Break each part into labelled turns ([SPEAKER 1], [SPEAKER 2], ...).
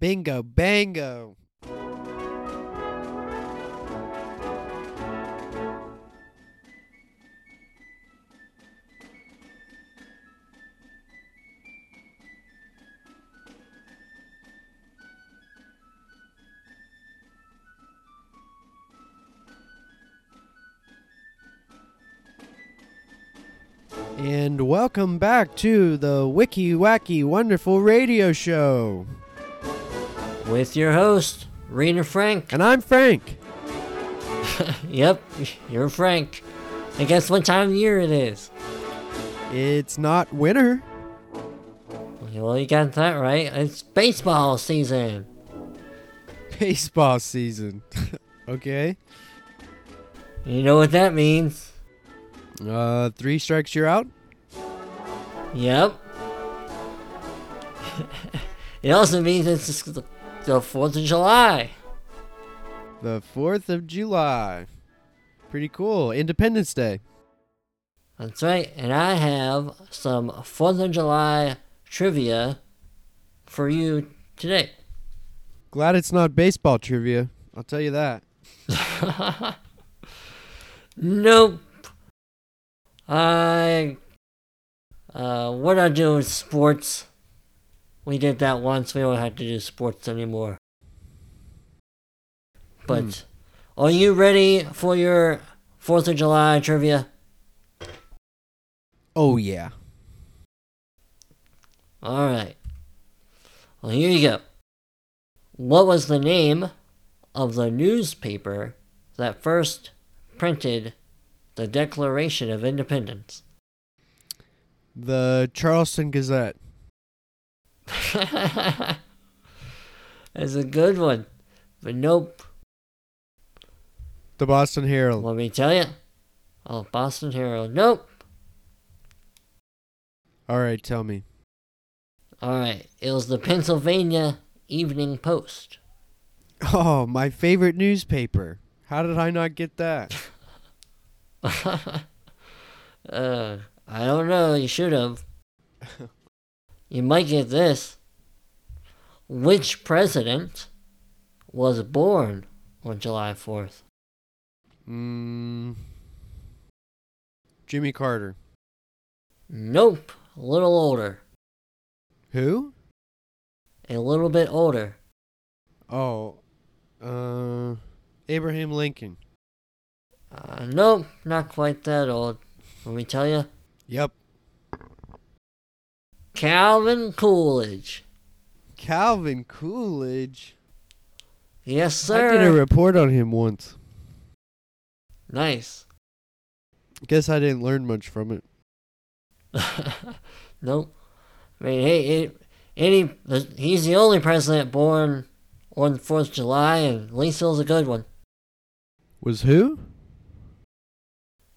[SPEAKER 1] Bingo, bango. And welcome back to the Wiki Wacky Wonderful Radio Show.
[SPEAKER 2] With your host, Rena Frank.
[SPEAKER 1] And I'm Frank.
[SPEAKER 2] Yep, you're Frank. And guess what time of year it is?
[SPEAKER 1] It's not winter.
[SPEAKER 2] Well, you got that right. It's baseball season.
[SPEAKER 1] Baseball season. okay.
[SPEAKER 2] You know what that means.
[SPEAKER 1] Uh, three strikes, you're out.
[SPEAKER 2] Yep. it also means it's just the, the 4th of July.
[SPEAKER 1] The 4th of July. Pretty cool. Independence Day.
[SPEAKER 2] That's right. And I have some 4th of July trivia for you today.
[SPEAKER 1] Glad it's not baseball trivia. I'll tell you that.
[SPEAKER 2] Nope. I. Uh, what I do is sports. We did that once. We don't have to do sports anymore. But are you ready for your 4th of July trivia?
[SPEAKER 1] Oh, yeah.
[SPEAKER 2] Alright. Well, here you go. What was the name of the newspaper that first printed the Declaration of Independence?
[SPEAKER 1] The Charleston Gazette.
[SPEAKER 2] That's a good one. But nope.
[SPEAKER 1] The Boston Herald.
[SPEAKER 2] Let me tell you. Oh, Boston Herald. Nope.
[SPEAKER 1] All right, tell me.
[SPEAKER 2] All right. It was the Pennsylvania Evening Post.
[SPEAKER 1] Oh, my favorite newspaper. How did I not get that?
[SPEAKER 2] uh, I don't know. You should have. you might get this. Which president was born on July 4th?
[SPEAKER 1] Mm, Jimmy Carter.
[SPEAKER 2] Nope. A little older.
[SPEAKER 1] Who?
[SPEAKER 2] A little bit older.
[SPEAKER 1] Oh, uh, Abraham Lincoln.
[SPEAKER 2] Uh, nope. Not quite that old. Let me tell you.
[SPEAKER 1] Yep.
[SPEAKER 2] Calvin Coolidge.
[SPEAKER 1] Calvin Coolidge.
[SPEAKER 2] Yes,
[SPEAKER 1] I did a
[SPEAKER 2] sir.
[SPEAKER 1] report on him once.
[SPEAKER 2] nice.
[SPEAKER 1] Guess I didn't learn much from it.
[SPEAKER 2] nope. I mean, hey, it, any he's the only president born on Fourth of July, and Lisa's a good one.
[SPEAKER 1] Was who?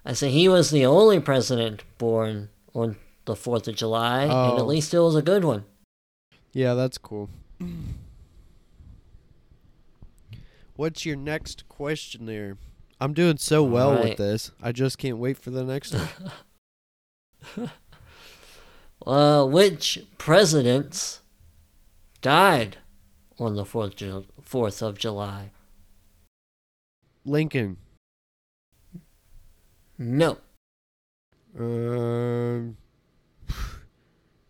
[SPEAKER 2] I say he was the only president born on the Fourth of July, and
[SPEAKER 1] Oh.
[SPEAKER 2] at least it was a good one.
[SPEAKER 1] Yeah, that's cool. What's your next question there? I'm doing so well with
[SPEAKER 2] Alright.
[SPEAKER 1] this. I just can't wait for the next one.
[SPEAKER 2] Uh, which presidents died on the Fourth Ju- Fourth of July?
[SPEAKER 1] Lincoln.
[SPEAKER 2] No,
[SPEAKER 1] Um,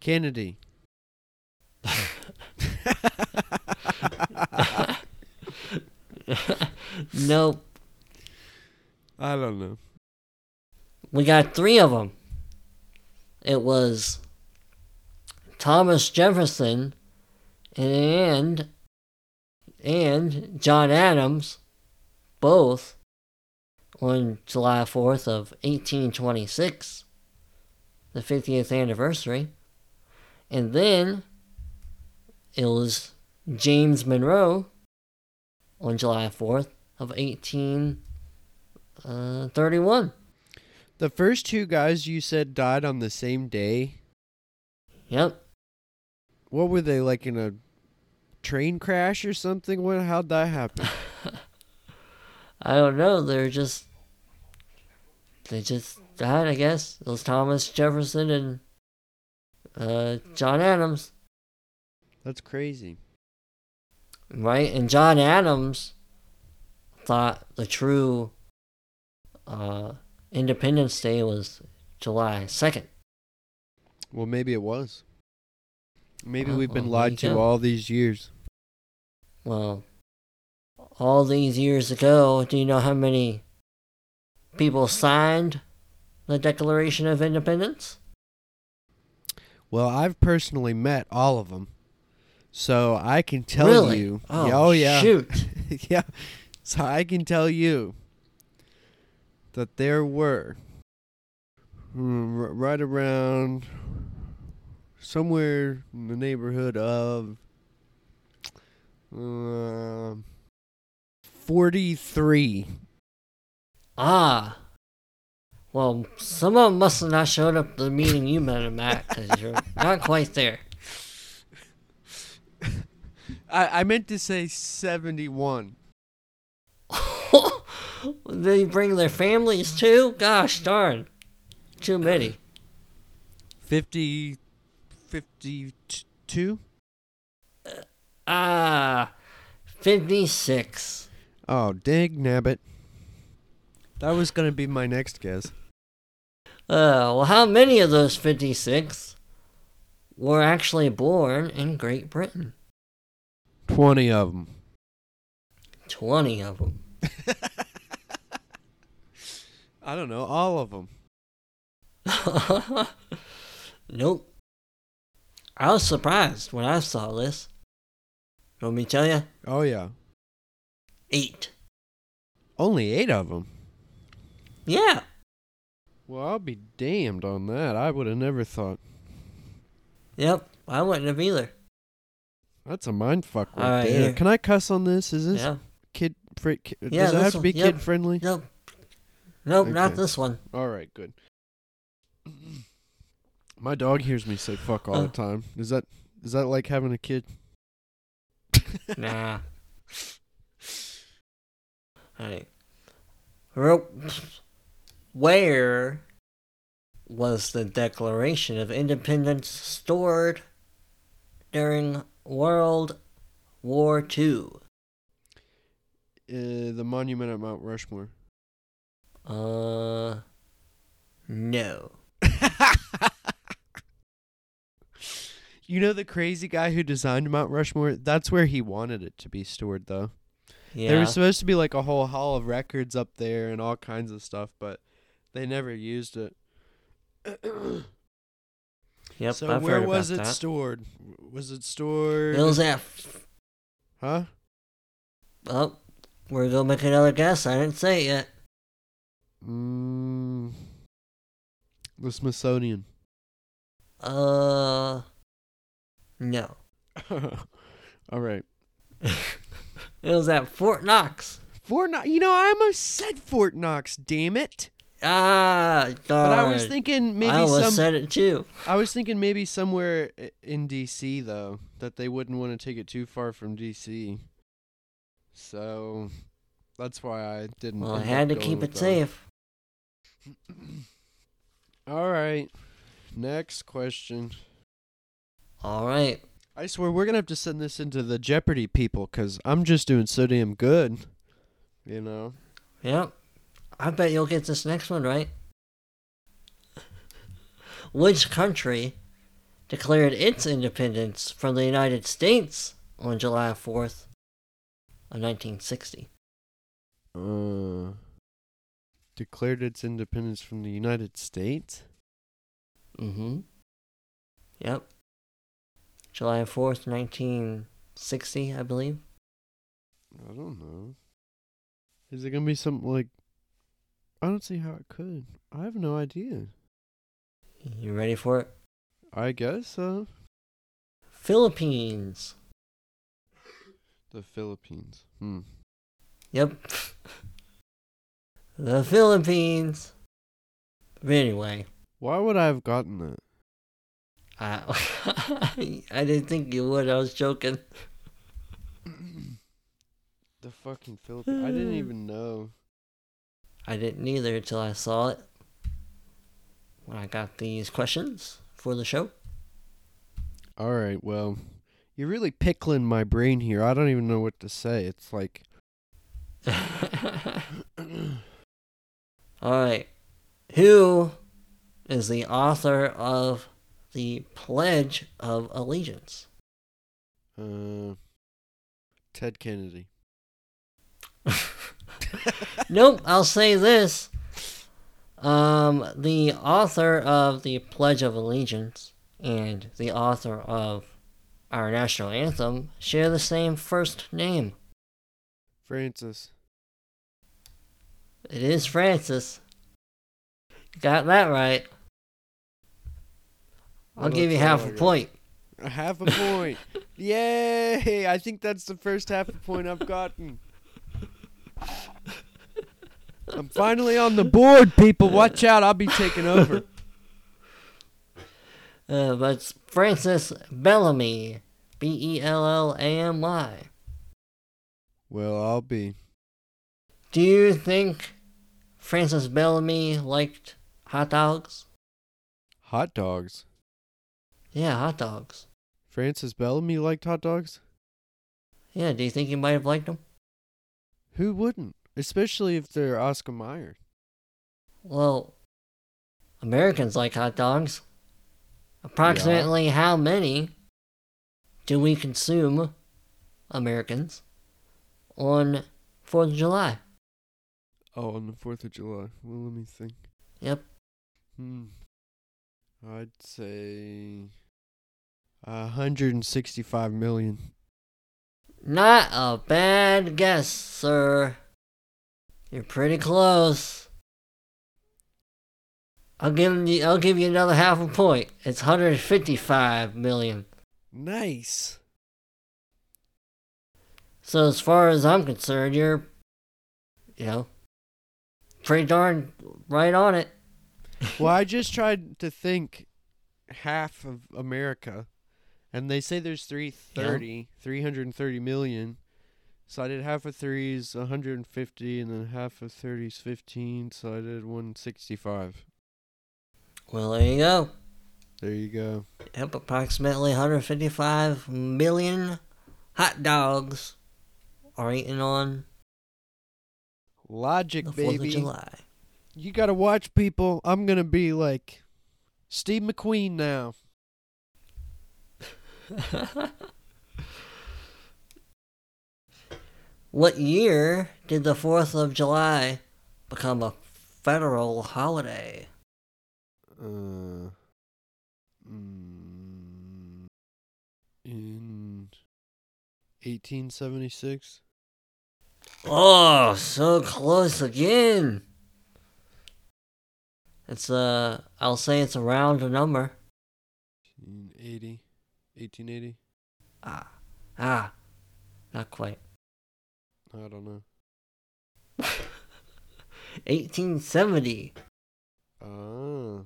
[SPEAKER 1] Kennedy.
[SPEAKER 2] nope.
[SPEAKER 1] I don't know.
[SPEAKER 2] We got three of them. It was Thomas Jefferson and and John Adams, both on July 4th of 1826, the 50th anniversary. And then it was James Monroe on July 4th of uh, 1831.
[SPEAKER 1] The first two guys you said died on the same day.
[SPEAKER 2] Yep.
[SPEAKER 1] What were they like in a train crash or something? What? How'd that happen?
[SPEAKER 2] I don't know. They're just they just died. I guess it was Thomas Jefferson and uh, John Adams.
[SPEAKER 1] That's crazy.
[SPEAKER 2] right? And John Adams thought the true uh, Independence Day was July 2nd.
[SPEAKER 1] Well, maybe it was. Maybe
[SPEAKER 2] Well,
[SPEAKER 1] we've been
[SPEAKER 2] well, there you
[SPEAKER 1] lied to
[SPEAKER 2] go.
[SPEAKER 1] all these years.
[SPEAKER 2] Well, all these years ago, do you know how many people signed the Declaration of Independence?
[SPEAKER 1] Well, I've personally met all of them, so I can tell
[SPEAKER 2] really?
[SPEAKER 1] you.
[SPEAKER 2] Oh,
[SPEAKER 1] Yeah, oh yeah,
[SPEAKER 2] Shoot.
[SPEAKER 1] yeah. So I can tell you that there were mm, r- right around somewhere in the neighborhood of um forty-three.
[SPEAKER 2] Ah. Well, someone must have not showed up to the meeting you met him at because you're not quite there.
[SPEAKER 1] I, I meant to say seventy-one.
[SPEAKER 2] they bring their families too? Gosh darn. Too many.
[SPEAKER 1] 50, 52?
[SPEAKER 2] Ah. 56.
[SPEAKER 1] Oh, dang nabbit. That was going to be my next guess.
[SPEAKER 2] Uh, well, how many of those 56 were actually born in Great Britain?
[SPEAKER 1] 20 of them.
[SPEAKER 2] 20 of them.
[SPEAKER 1] I don't know, all of them.
[SPEAKER 2] nope. I was surprised when I saw this. Let me tell you,
[SPEAKER 1] Oh, yeah.
[SPEAKER 2] eight.
[SPEAKER 1] Only eight of them.
[SPEAKER 2] Yeah.
[SPEAKER 1] Well, I'll be damned on that. I would have never thought.
[SPEAKER 2] Yep. I wouldn't have either.
[SPEAKER 1] That's a mind fuck right
[SPEAKER 2] All right,
[SPEAKER 1] there.
[SPEAKER 2] here.
[SPEAKER 1] Can I cuss on this? Is this
[SPEAKER 2] Uh, Yeah.
[SPEAKER 1] kid, fr- kid
[SPEAKER 2] Yeah,
[SPEAKER 1] does it have
[SPEAKER 2] this
[SPEAKER 1] to be
[SPEAKER 2] one. Yep.
[SPEAKER 1] kid friendly?
[SPEAKER 2] Nope. Nope,
[SPEAKER 1] Okay.
[SPEAKER 2] not this one.
[SPEAKER 1] All right, good. My dog hears me say fuck all
[SPEAKER 2] Uh.
[SPEAKER 1] the time. Is that is that like having a kid?
[SPEAKER 2] Nah. Alright. Ro- Where was the Declaration of Independence stored during World War II?
[SPEAKER 1] Uh, the monument at Mount Rushmore.
[SPEAKER 2] Uh. No.
[SPEAKER 1] you know the crazy guy who designed Mount Rushmore? That's where he wanted it to be stored though.
[SPEAKER 2] Yeah.
[SPEAKER 1] There was supposed to be like a whole hall of records up there and all kinds of stuff, but they never used it.
[SPEAKER 2] yep,
[SPEAKER 1] so
[SPEAKER 2] I've
[SPEAKER 1] where
[SPEAKER 2] heard
[SPEAKER 1] was it
[SPEAKER 2] about that.
[SPEAKER 1] stored? Was it stored?
[SPEAKER 2] It was at.
[SPEAKER 1] huh?
[SPEAKER 2] Oh, we're gonna make another guess. I didn't say it yet.
[SPEAKER 1] Mm, the Smithsonian.
[SPEAKER 2] Uh. No.
[SPEAKER 1] All right.
[SPEAKER 2] it was at Fort Knox.
[SPEAKER 1] Fort Knox. You know, I almost said Fort Knox. Damn it!
[SPEAKER 2] Ah, God.
[SPEAKER 1] But I was thinking maybe
[SPEAKER 2] I almost
[SPEAKER 1] some.
[SPEAKER 2] said it too.
[SPEAKER 1] I was thinking maybe somewhere i- in D.C. though that they wouldn't want to take it too far from D.C. So that's why I didn't.
[SPEAKER 2] Well, I
[SPEAKER 1] end up
[SPEAKER 2] had to
[SPEAKER 1] going
[SPEAKER 2] keep
[SPEAKER 1] with
[SPEAKER 2] it
[SPEAKER 1] that.
[SPEAKER 2] safe.
[SPEAKER 1] All right. Next question.
[SPEAKER 2] All right.
[SPEAKER 1] I swear we're gonna have to send this into the Jeopardy people because I'm just doing so damn good. You know.
[SPEAKER 2] Yep. I bet you'll get this next one right. Which country declared its independence from the United States on July 4th of 1960?
[SPEAKER 1] Uh, declared its independence from the United States.
[SPEAKER 2] Mm-hmm. Yep. July 4th, 1960, I believe.
[SPEAKER 1] I don't know. Is it gonna be something like? I don't see how it could. I have no idea.
[SPEAKER 2] You ready for it?
[SPEAKER 1] I guess so.
[SPEAKER 2] Philippines.
[SPEAKER 1] The Philippines. Hmm.
[SPEAKER 2] Yep. the Philippines. But anyway,
[SPEAKER 1] Why would I have gotten that?
[SPEAKER 2] I I didn't think you would. I was joking.
[SPEAKER 1] the fucking Philippines. I didn't even know.
[SPEAKER 2] I didn't either until I saw it when I got these questions for the show.
[SPEAKER 1] All right. Well, You're really pickling my brain here. I don't even know what to say. It's like uh,
[SPEAKER 2] All right. Who is the author of the Pledge of Allegiance?
[SPEAKER 1] uh, Ted Kennedy.
[SPEAKER 2] Nope, I'll say this. Um, the author of the Pledge of Allegiance and the author of our national anthem share the same first name.
[SPEAKER 1] Francis.
[SPEAKER 2] It is Francis. Got that right. I'll
[SPEAKER 1] Well,
[SPEAKER 2] give you
[SPEAKER 1] that's all
[SPEAKER 2] half
[SPEAKER 1] I
[SPEAKER 2] a
[SPEAKER 1] got.
[SPEAKER 2] point.
[SPEAKER 1] A half a point. Yay! I think that's the first half a point I've gotten. I'm finally on the board, people. Watch out, I'll be taking over.
[SPEAKER 2] Uh, but it's Francis Bellamy, B E L L A M Y.
[SPEAKER 1] Well, I'll be.
[SPEAKER 2] Do you think Francis Bellamy liked hot dogs?
[SPEAKER 1] Hot dogs.
[SPEAKER 2] Yeah, hot dogs.
[SPEAKER 1] Francis Bellamy liked hot dogs?
[SPEAKER 2] Yeah, do you think he might have liked them?
[SPEAKER 1] Who wouldn't? Especially if they're Oscar Mayer.
[SPEAKER 2] Well, Americans like hot dogs. Approximately how many do we consume, Americans, on 4th of July?
[SPEAKER 1] Oh, on the 4th of July. Well, let me think.
[SPEAKER 2] Yep.
[SPEAKER 1] Hmm. I'd say. 165 million.
[SPEAKER 2] Not a bad guess, sir. You're pretty close. I'll give you. I'll give you another half a point. It's 155 million.
[SPEAKER 1] Nice.
[SPEAKER 2] So as far as I'm concerned, you're, you know, pretty darn right on it.
[SPEAKER 1] well, I just tried to think half of America, and they say there's 330, 330 million. So I did half of three is 150, and then half of 30 is 15, so I did 165.
[SPEAKER 2] Well, there you go.
[SPEAKER 1] There you go.
[SPEAKER 2] Yep, approximately 155 million hot dogs are eaten on
[SPEAKER 1] Logic,
[SPEAKER 2] the 4th of
[SPEAKER 1] baby.
[SPEAKER 2] July.
[SPEAKER 1] You got to watch people. I'm going to be like Steve McQueen now.
[SPEAKER 2] What year did the 4th of July become a federal holiday?
[SPEAKER 1] Uh, mm, in 1876.
[SPEAKER 2] Oh, so close again. It's uh I'll say it's a round number.
[SPEAKER 1] 1880. 1880?
[SPEAKER 2] Ah. Ah. Not quite.
[SPEAKER 1] I don't know.
[SPEAKER 2] 1870.
[SPEAKER 1] Ah.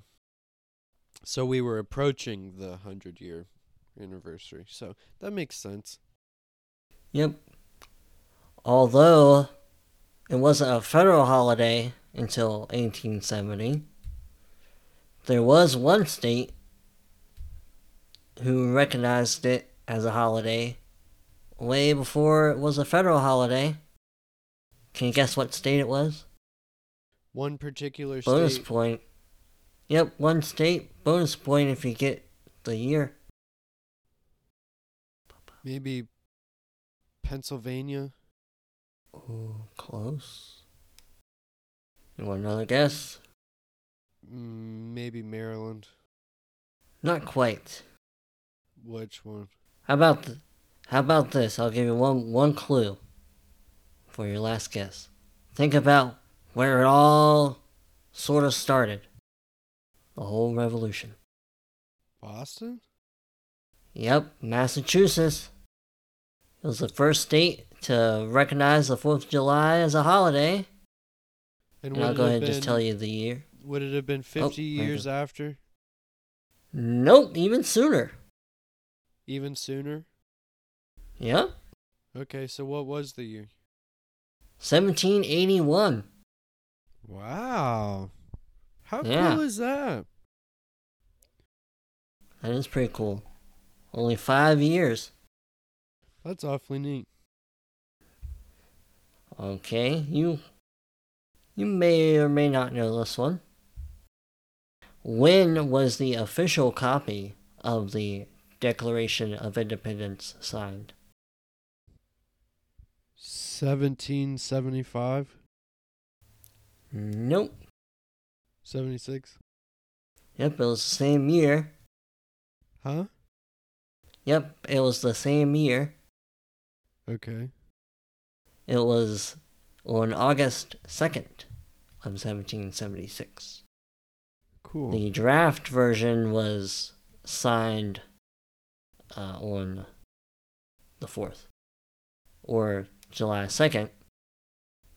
[SPEAKER 1] So we were approaching the 100 year anniversary. So that makes sense.
[SPEAKER 2] Yep. Although it wasn't a federal holiday until 1870, there was one state who recognized it as a holiday way before it was a federal holiday. Can you guess what state it was?
[SPEAKER 1] One particular
[SPEAKER 2] Bonus
[SPEAKER 1] state.
[SPEAKER 2] point. Yep, one state. Bonus point if you get the year.
[SPEAKER 1] Maybe Pennsylvania?
[SPEAKER 2] Ooh, close. You want another guess?
[SPEAKER 1] Mm, maybe Maryland?
[SPEAKER 2] Not quite.
[SPEAKER 1] Which one?
[SPEAKER 2] How about th- how about this? I'll give you one one clue for your last guess. Think about where it all sort of started. The whole revolution.
[SPEAKER 1] Boston?
[SPEAKER 2] Yep, Massachusetts. It was the first state to recognize the 4th of July as a holiday. And,
[SPEAKER 1] would
[SPEAKER 2] I'll
[SPEAKER 1] it
[SPEAKER 2] go
[SPEAKER 1] have
[SPEAKER 2] ahead and just
[SPEAKER 1] been-
[SPEAKER 2] tell you Oh, the year.
[SPEAKER 1] Would it have been 50
[SPEAKER 2] there you
[SPEAKER 1] years
[SPEAKER 2] go.
[SPEAKER 1] after?
[SPEAKER 2] Nope, even sooner.
[SPEAKER 1] Even sooner?
[SPEAKER 2] Yep,
[SPEAKER 1] Okay, so what was the year?
[SPEAKER 2] 1781.
[SPEAKER 1] Wow. How
[SPEAKER 2] Yeah.
[SPEAKER 1] cool is that?
[SPEAKER 2] That is pretty cool. Only five years.
[SPEAKER 1] That's awfully neat.
[SPEAKER 2] Okay, you you may or may not know this one. When was the official copy of the Declaration of Independence signed?
[SPEAKER 1] 1775,
[SPEAKER 2] Nope.
[SPEAKER 1] 76.
[SPEAKER 2] Yep, it was the same year.
[SPEAKER 1] Huh?
[SPEAKER 2] Yep, it was the same year.
[SPEAKER 1] Okay.
[SPEAKER 2] It was on August 2nd of 1776.
[SPEAKER 1] Cool.
[SPEAKER 2] The draft version was signed uh, on the 4th or July 2nd,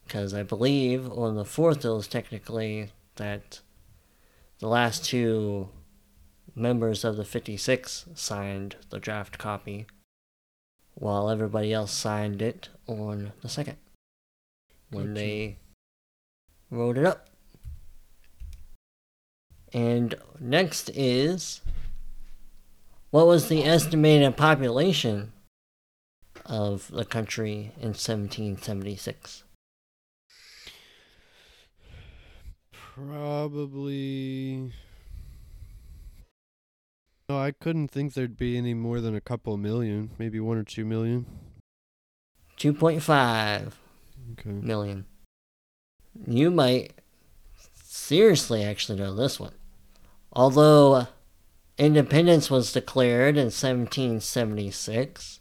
[SPEAKER 2] because I believe on the 4th it was technically that the last two members of the 56 signed the draft copy, while everybody else signed it on the 2nd when
[SPEAKER 1] Gotcha.
[SPEAKER 2] they wrote it up. And next is what was the estimated population of the country in 1776?
[SPEAKER 1] Probably. No, I couldn't think there'd be any more than a couple million, maybe one or two million.
[SPEAKER 2] 2.5
[SPEAKER 1] Okay.
[SPEAKER 2] million. You might seriously actually know this one. Although independence was declared in 1776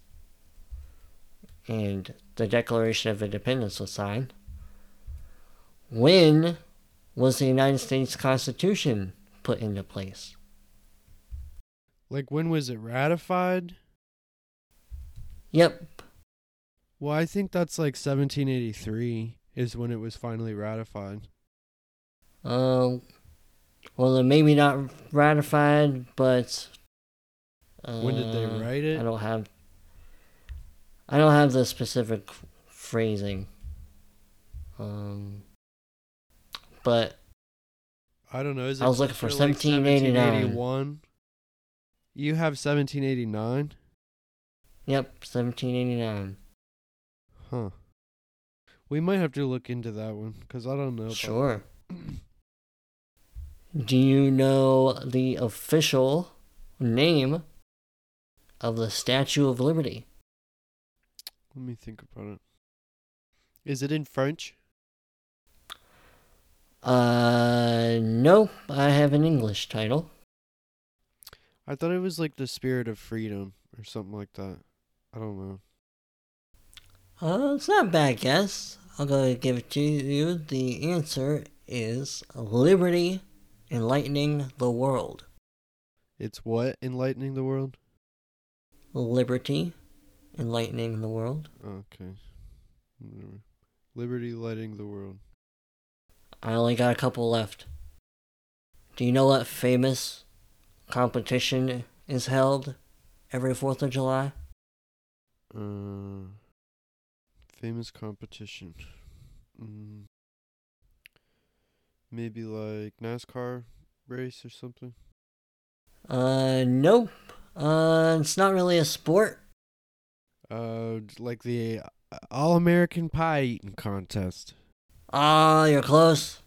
[SPEAKER 2] and the Declaration of Independence was signed, when was the United States Constitution put into place?
[SPEAKER 1] Like, when was it ratified?
[SPEAKER 2] Yep,
[SPEAKER 1] Well, I think that's like 1783 is when it was finally ratified.
[SPEAKER 2] Um, well, it maybe not ratified, but uh,
[SPEAKER 1] When did they write it?
[SPEAKER 2] I don't have. I don't have the specific phrasing. Um, but
[SPEAKER 1] I don't know. Is it
[SPEAKER 2] I was looking for
[SPEAKER 1] closer to, like,
[SPEAKER 2] 1789.
[SPEAKER 1] 1781? You have 1789?
[SPEAKER 2] yep, 1789.
[SPEAKER 1] Huh. We might have to look into that one because I don't know. about-
[SPEAKER 2] Sure. Do you know the official name of the Statue of Liberty?
[SPEAKER 1] Let me think about it. Is it in French?
[SPEAKER 2] Uh, no, I have an English title.
[SPEAKER 1] I thought it was like the spirit of freedom or something like that. I don't know.
[SPEAKER 2] Uh, it's not a bad guess. I'll go give it to you. The answer is liberty enlightening the world.
[SPEAKER 1] It's what enlightening the world.
[SPEAKER 2] Liberty enlightening the world.
[SPEAKER 1] Okay. Whatever. Liberty lighting the world.
[SPEAKER 2] I only got a couple left. Do you know what famous competition is held every 4th of July?
[SPEAKER 1] Uh, famous competition. Mm. Maybe like NASCAR race or something.
[SPEAKER 2] Uh, nope. Uh, it's not really a sport.
[SPEAKER 1] Uh, d- like the All American Pie Eating Contest.
[SPEAKER 2] Ah, you're close.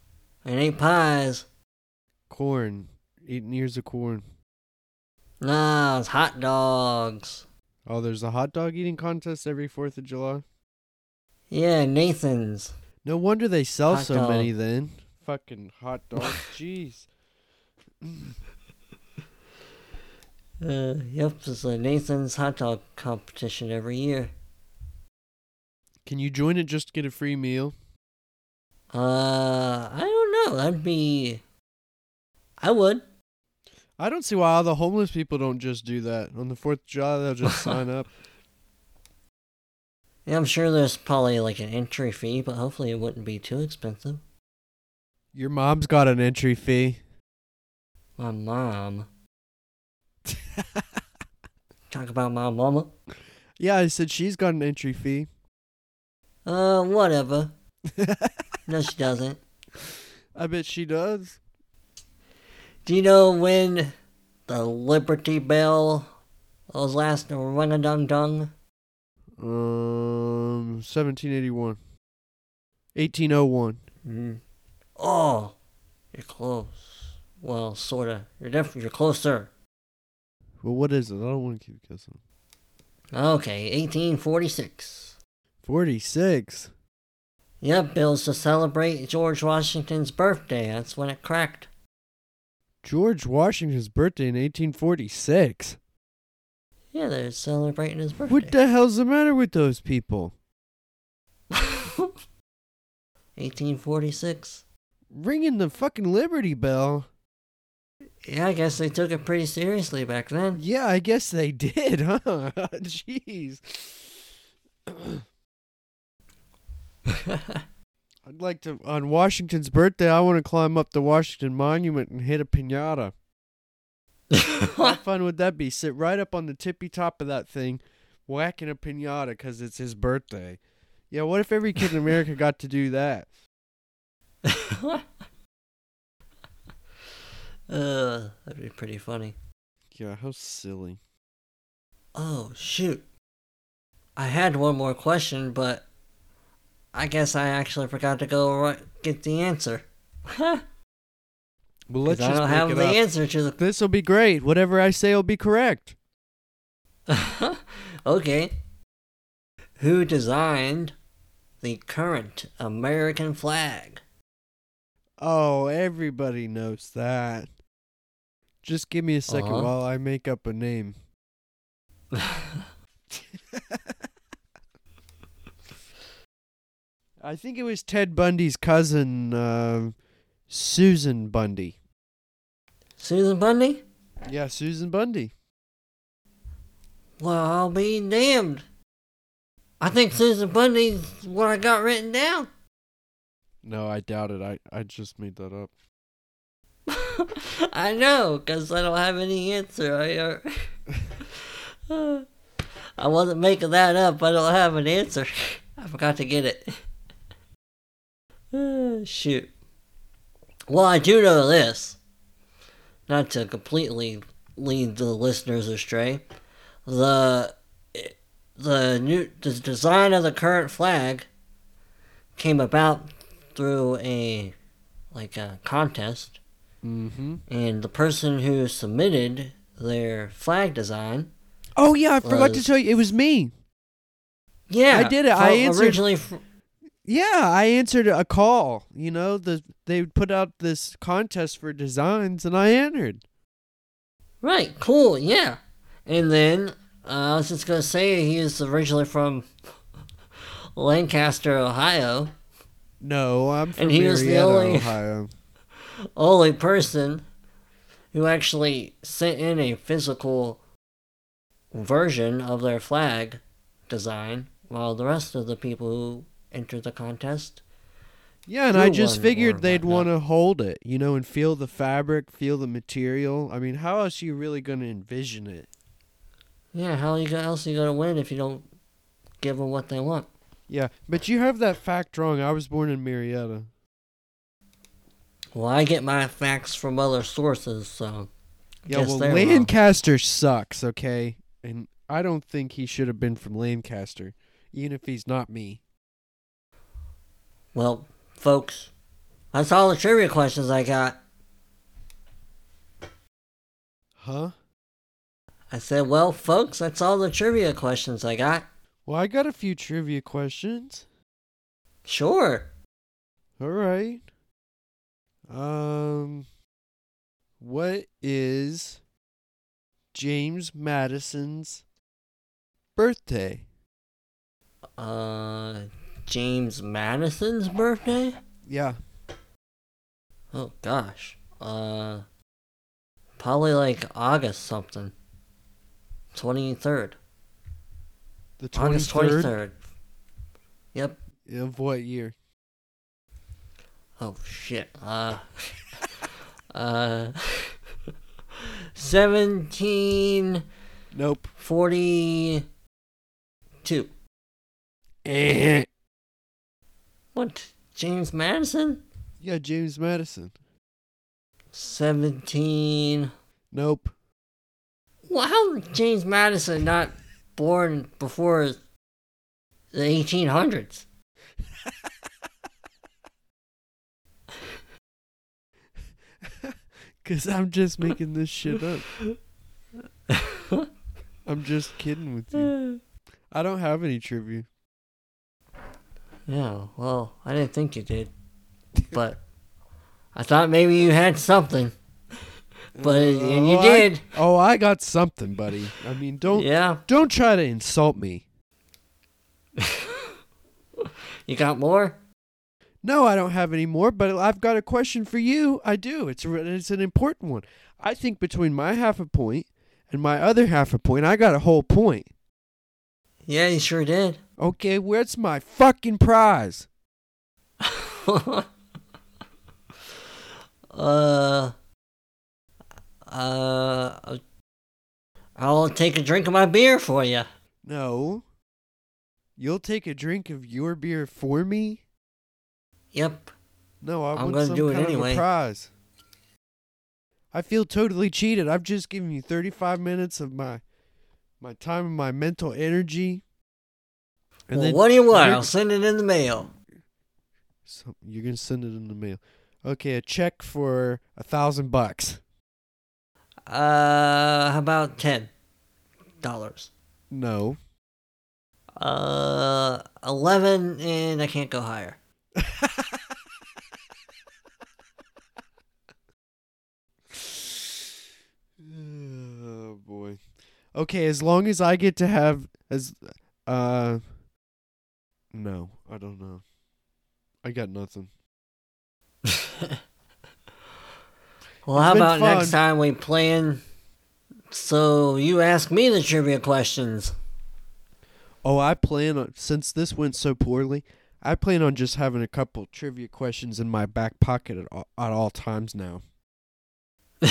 [SPEAKER 2] It ain't pies.
[SPEAKER 1] Corn. Eating ears of corn.
[SPEAKER 2] Nah, it's hot dogs.
[SPEAKER 1] Oh, there's a hot dog eating contest every 4th of July.
[SPEAKER 2] Yeah, Nathan's.
[SPEAKER 1] No wonder they sell
[SPEAKER 2] Hot
[SPEAKER 1] so
[SPEAKER 2] dog.
[SPEAKER 1] many then. Fucking hot dogs. Jeez.
[SPEAKER 2] Uh, yep, it's a Nathan's hot dog competition every year.
[SPEAKER 1] Can you join it just to get a free meal?
[SPEAKER 2] Uh, I don't know. That'd be. I would.
[SPEAKER 1] I don't see why all the homeless people don't just do that. On the 4th of July, they'll just sign up.
[SPEAKER 2] Yeah, I'm sure there's probably like an entry fee, but hopefully it wouldn't be too expensive.
[SPEAKER 1] Your mom's got an entry fee.
[SPEAKER 2] My mom. Talk about my mama.
[SPEAKER 1] yeah, I said she's got an entry fee.
[SPEAKER 2] Uh, whatever. No, she doesn't.
[SPEAKER 1] I bet she does.
[SPEAKER 2] Do you know when the Liberty Bell was last rung a dong dong?
[SPEAKER 1] Um, 1781. 1801.
[SPEAKER 2] Mm. Oh, you're close. Well, sorta. You're def- You're closer.
[SPEAKER 1] Well, what is it? I don't want to keep guessing.
[SPEAKER 2] Okay, 1846.
[SPEAKER 1] 46.
[SPEAKER 2] Yep, Bill's to celebrate George Washington's birthday. That's when it cracked.
[SPEAKER 1] George Washington's birthday in 1846.
[SPEAKER 2] Yeah, they're celebrating his birthday.
[SPEAKER 1] What the hell's the matter with those people?
[SPEAKER 2] 1846.
[SPEAKER 1] Ringing the fucking Liberty Bell.
[SPEAKER 2] Yeah, I guess they took it pretty seriously back then.
[SPEAKER 1] Yeah, I guess they did, huh? Jeez. I'd like to, on Washington's birthday, I want to climb up the Washington Monument and hit a pinata. How fun would that be? Sit right up on the tippy top of that thing, whacking a pinata because it's his birthday. Yeah, what if every kid in America got to do that?
[SPEAKER 2] uh, that'd be pretty funny.
[SPEAKER 1] Yeah, how silly.
[SPEAKER 2] Oh, shoot. I had one more question, but I guess I actually forgot to go right, get the answer. Because
[SPEAKER 1] Well,
[SPEAKER 2] I
[SPEAKER 1] let's just
[SPEAKER 2] don't
[SPEAKER 1] make
[SPEAKER 2] have
[SPEAKER 1] it
[SPEAKER 2] the
[SPEAKER 1] up.
[SPEAKER 2] answer to the.
[SPEAKER 1] This will be great. Whatever I say will be correct.
[SPEAKER 2] okay. Who designed the current American flag?
[SPEAKER 1] Oh, everybody knows that. Just give me a 2nd
[SPEAKER 2] Uh-huh.
[SPEAKER 1] while I make up a name. I think it was Ted Bundy's cousin, uh, Susan Bundy.
[SPEAKER 2] Susan Bundy?
[SPEAKER 1] Yeah, Susan Bundy.
[SPEAKER 2] Well, I'll be damned. I think Susan Bundy's what I got written down.
[SPEAKER 1] No, I doubt it. I, I just made that up.
[SPEAKER 2] I know, 'cause I don't have any answer. I, uh, I wasn't making that up. I don't have an answer. I forgot to get it. Uh, shoot. Well, I do know this. Not to completely lead the listeners astray, the the new the design of the current flag came about through a like a contest
[SPEAKER 1] Mm-hmm.
[SPEAKER 2] and the person who submitted their flag design.
[SPEAKER 1] Oh, yeah, I forgot to
[SPEAKER 2] Was-
[SPEAKER 1] tell you. It was me.
[SPEAKER 2] Yeah,
[SPEAKER 1] I did it. I
[SPEAKER 2] fro-
[SPEAKER 1] answered-
[SPEAKER 2] originally. Fr-
[SPEAKER 1] Yeah, I answered a call. You know, the they put out this contest for designs, and I entered.
[SPEAKER 2] right, cool, yeah. And then uh, I was just gonna say he is originally from Lancaster, Ohio.
[SPEAKER 1] No, I'm from
[SPEAKER 2] And he was the
[SPEAKER 1] Marietta,
[SPEAKER 2] only-
[SPEAKER 1] Ohio.
[SPEAKER 2] Only person who actually sent in a physical version of their flag design, while the rest of the people who entered the contest
[SPEAKER 1] Yeah, and I
[SPEAKER 2] You're
[SPEAKER 1] just
[SPEAKER 2] one
[SPEAKER 1] figured
[SPEAKER 2] more
[SPEAKER 1] they'd
[SPEAKER 2] whatnot.
[SPEAKER 1] want to hold it, you know, and feel the fabric, feel the material. I mean, how else are you really going to envision it?
[SPEAKER 2] Yeah, how you go- else you gonna win if you don't give them what they want?
[SPEAKER 1] Yeah, but you have that fact wrong. I was born in Marietta.
[SPEAKER 2] Well, I get my facts from other sources, so
[SPEAKER 1] Yeah,
[SPEAKER 2] Guess
[SPEAKER 1] well,
[SPEAKER 2] they're wrong.
[SPEAKER 1] Lancaster sucks, okay? And I don't think he should have been from Lancaster, even if he's not me.
[SPEAKER 2] well, folks, that's all the trivia questions I got.
[SPEAKER 1] Huh?
[SPEAKER 2] I said, well, folks, that's all the trivia questions I got.
[SPEAKER 1] Well, I got a few trivia questions.
[SPEAKER 2] Sure.
[SPEAKER 1] All right. Um, what is James Madison's birthday?
[SPEAKER 2] Uh, James Madison's birthday?
[SPEAKER 1] Yeah.
[SPEAKER 2] Oh gosh. Uh, probably like August something. Twenty third.
[SPEAKER 1] The 23rd
[SPEAKER 2] August twenty third. Yep.
[SPEAKER 1] of what year?
[SPEAKER 2] Oh shit. Uh uh 1742.
[SPEAKER 1] Nope. yeah,
[SPEAKER 2] What? James Madison?
[SPEAKER 1] James Madison.
[SPEAKER 2] 17
[SPEAKER 1] Nope.
[SPEAKER 2] Well, how was James Madison not born before the 1800s.
[SPEAKER 1] Because I'm just making this shit up. I'm just kidding with you. I don't have any trivia.
[SPEAKER 2] Yeah, well, I didn't think you did. But I thought maybe you had something. But and you
[SPEAKER 1] Oh, I-
[SPEAKER 2] did.
[SPEAKER 1] oh, I got something, buddy. I mean, don't
[SPEAKER 2] Yeah.
[SPEAKER 1] don't try to insult me.
[SPEAKER 2] You got more?
[SPEAKER 1] No, I don't have any more, but I've got a question for you. I do. It's a, it's an important one. I think between my half a point and my other half a point, I got a whole point.
[SPEAKER 2] Yeah, you sure did.
[SPEAKER 1] Okay, where's my fucking prize?
[SPEAKER 2] uh uh I'll take a drink of my beer for you.
[SPEAKER 1] No. You'll take a drink of your beer for me?
[SPEAKER 2] Yep.
[SPEAKER 1] No, I
[SPEAKER 2] I'm
[SPEAKER 1] want
[SPEAKER 2] gonna
[SPEAKER 1] some
[SPEAKER 2] do it
[SPEAKER 1] kind
[SPEAKER 2] anyway.
[SPEAKER 1] of a prize. I feel totally cheated. I've just given you 35 minutes of my my time and my mental energy.
[SPEAKER 2] Well, what do you want?
[SPEAKER 1] you're-
[SPEAKER 2] I'll send it in the mail.
[SPEAKER 1] So you're gonna send it in the mail. Okay, a check for a thousand bucks.
[SPEAKER 2] Uh how about ten dollars?
[SPEAKER 1] No.
[SPEAKER 2] Uh eleven and I can't go higher.
[SPEAKER 1] oh boy. Okay, as long as I get to have as uh no, I don't know. I got nothing.
[SPEAKER 2] Well, how
[SPEAKER 1] been
[SPEAKER 2] about next
[SPEAKER 1] fun.
[SPEAKER 2] time we plan? So you ask me the trivia questions.
[SPEAKER 1] Oh, I plan on since this went so poorly, I plan on just having a couple trivia questions in my back pocket at all, at all times now.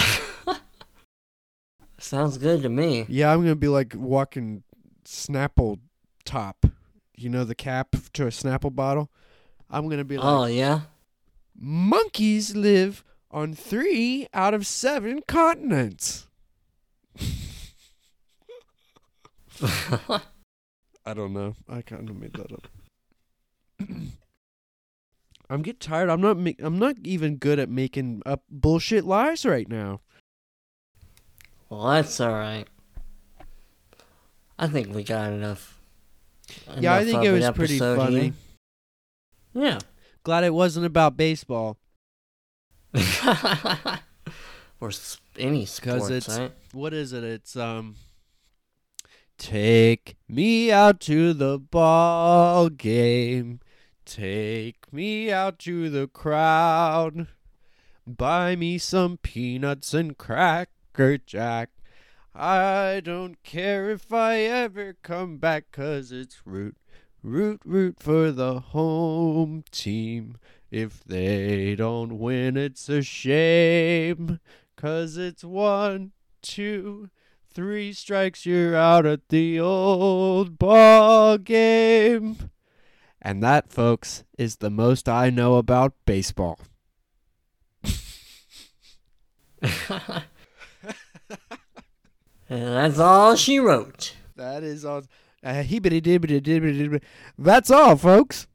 [SPEAKER 2] Sounds good to me.
[SPEAKER 1] Yeah, I'm gonna be like walking Snapple top. You know the cap to a Snapple bottle. I'm gonna be like,
[SPEAKER 2] Oh yeah.
[SPEAKER 1] monkeys live on three out of seven continents. I don't know. I kind of made that up. I'm getting tired. I'm not. Ma- I'm not even good at making up bullshit lies right now.
[SPEAKER 2] well, that's all right. I think we got enough.
[SPEAKER 1] yeah, I
[SPEAKER 2] enough
[SPEAKER 1] think
[SPEAKER 2] of
[SPEAKER 1] it
[SPEAKER 2] an
[SPEAKER 1] was pretty
[SPEAKER 2] episode
[SPEAKER 1] funny.
[SPEAKER 2] here. Yeah.
[SPEAKER 1] Glad it wasn't about baseball
[SPEAKER 2] or s- any sports,
[SPEAKER 1] it's-
[SPEAKER 2] right?
[SPEAKER 1] what is it? It's um Take me out to the ball game. Take me out to the crowd. Buy me some peanuts and cracker jack. I don't care if I ever come back 'cause it's root root root for the home team. If they don't win it's a shame 'cause it's one two, three strikes, you're out at the old ball game. And that, folks, is the most I know about baseball.
[SPEAKER 2] And that's all she wrote.
[SPEAKER 1] That is all. Uh, hibbity dibbity dibbity dibbity. That's all, folks.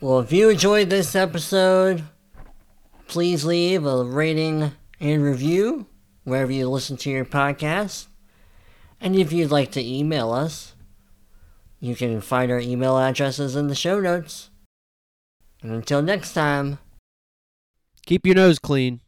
[SPEAKER 2] Well, if you enjoyed this episode, please leave a rating and review wherever you listen to your podcast. And if you'd like to email us, you can find our email addresses in the show notes. And until next time,
[SPEAKER 1] Keep your nose clean.